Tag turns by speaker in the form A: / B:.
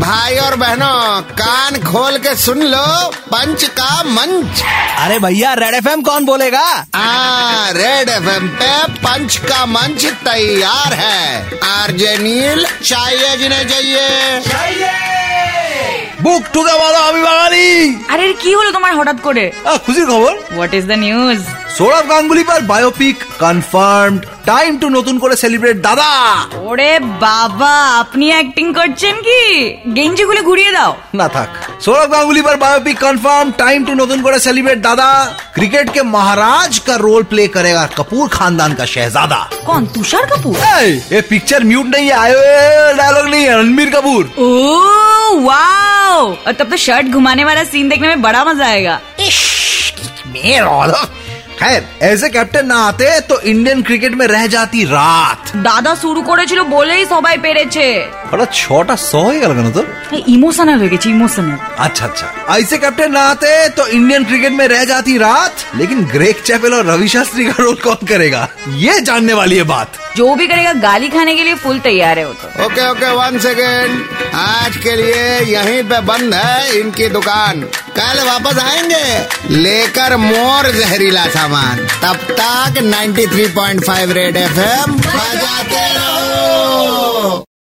A: भाई और बहनों कान खोल के सुन लो पंच का मंच
B: अरे भैया रेड एफ कौन बोलेगा
A: आ, हाँ, रेड एफ पे पंच का मंच तैयार है आरजे नील चाहिए जिन्हें चाहिए
B: বুক টুকে বলো আমি বাঙালি
C: আরে কি হলো তোমার হঠাৎ করে
B: আহ, খুশির খবর
C: what is the news
B: Sourav Ganguly পার বায়োপিক কনফার্মড টাইম টু নতুন করে সেলিব্রেট দাদা
C: ওরে বাবা আপনি অ্যাক্টিং করছেন কি গেঞ্জি গুলো ঘুরিয়ে দাও
B: না থাক সৌরভ গাঙ্গুলি पर बायोपिक कंफर्म टाइम टू নতুন করে सेलिब्रेट दादा क्रिकेट के महाराज का रोल प्ले करेगा कपूर खानदान का शहजादा
C: কোন তুষার কাপুর
B: ए, ये पिक्चर म्यूट नहीं है आयो ए, डायलॉग नहीं है रणबीर कपूर
C: ओ वाओ और तब तो शर्ट घुमाने वाला सीन देखने में बड़ा मजा आएगा
B: मेर खैर ऐसे कैप्टन ना आते तो इंडियन क्रिकेट में रह जाती রাত
C: দাদা শুরু করেছিল বলেই সবাই পেরেছে
B: হঠাৎ ছটা স হয়ে গেল কেন তোর
C: ইমোশনাল হয়ে গেছে ইমোশনাল
B: अच्छा अच्छा ऐसे कैप्टन ना आते तो इंडियन क्रिकेट में रह जाती रात लेकिन ग्रेग चैपेल और रवि शास्त्री का रोल कौन करेगा ये जानने वाली है बात
C: जो भी करेगा गाली खाने के लिए फुल तैयार है वो तो
A: ओके ओके वन सेकेंड आज के लिए यहीं पे बंद है इनकी दुकान कल वापस आएंगे लेकर मोर जहरीला सामान तब तक 93.5 रेड एफ बजाते रहो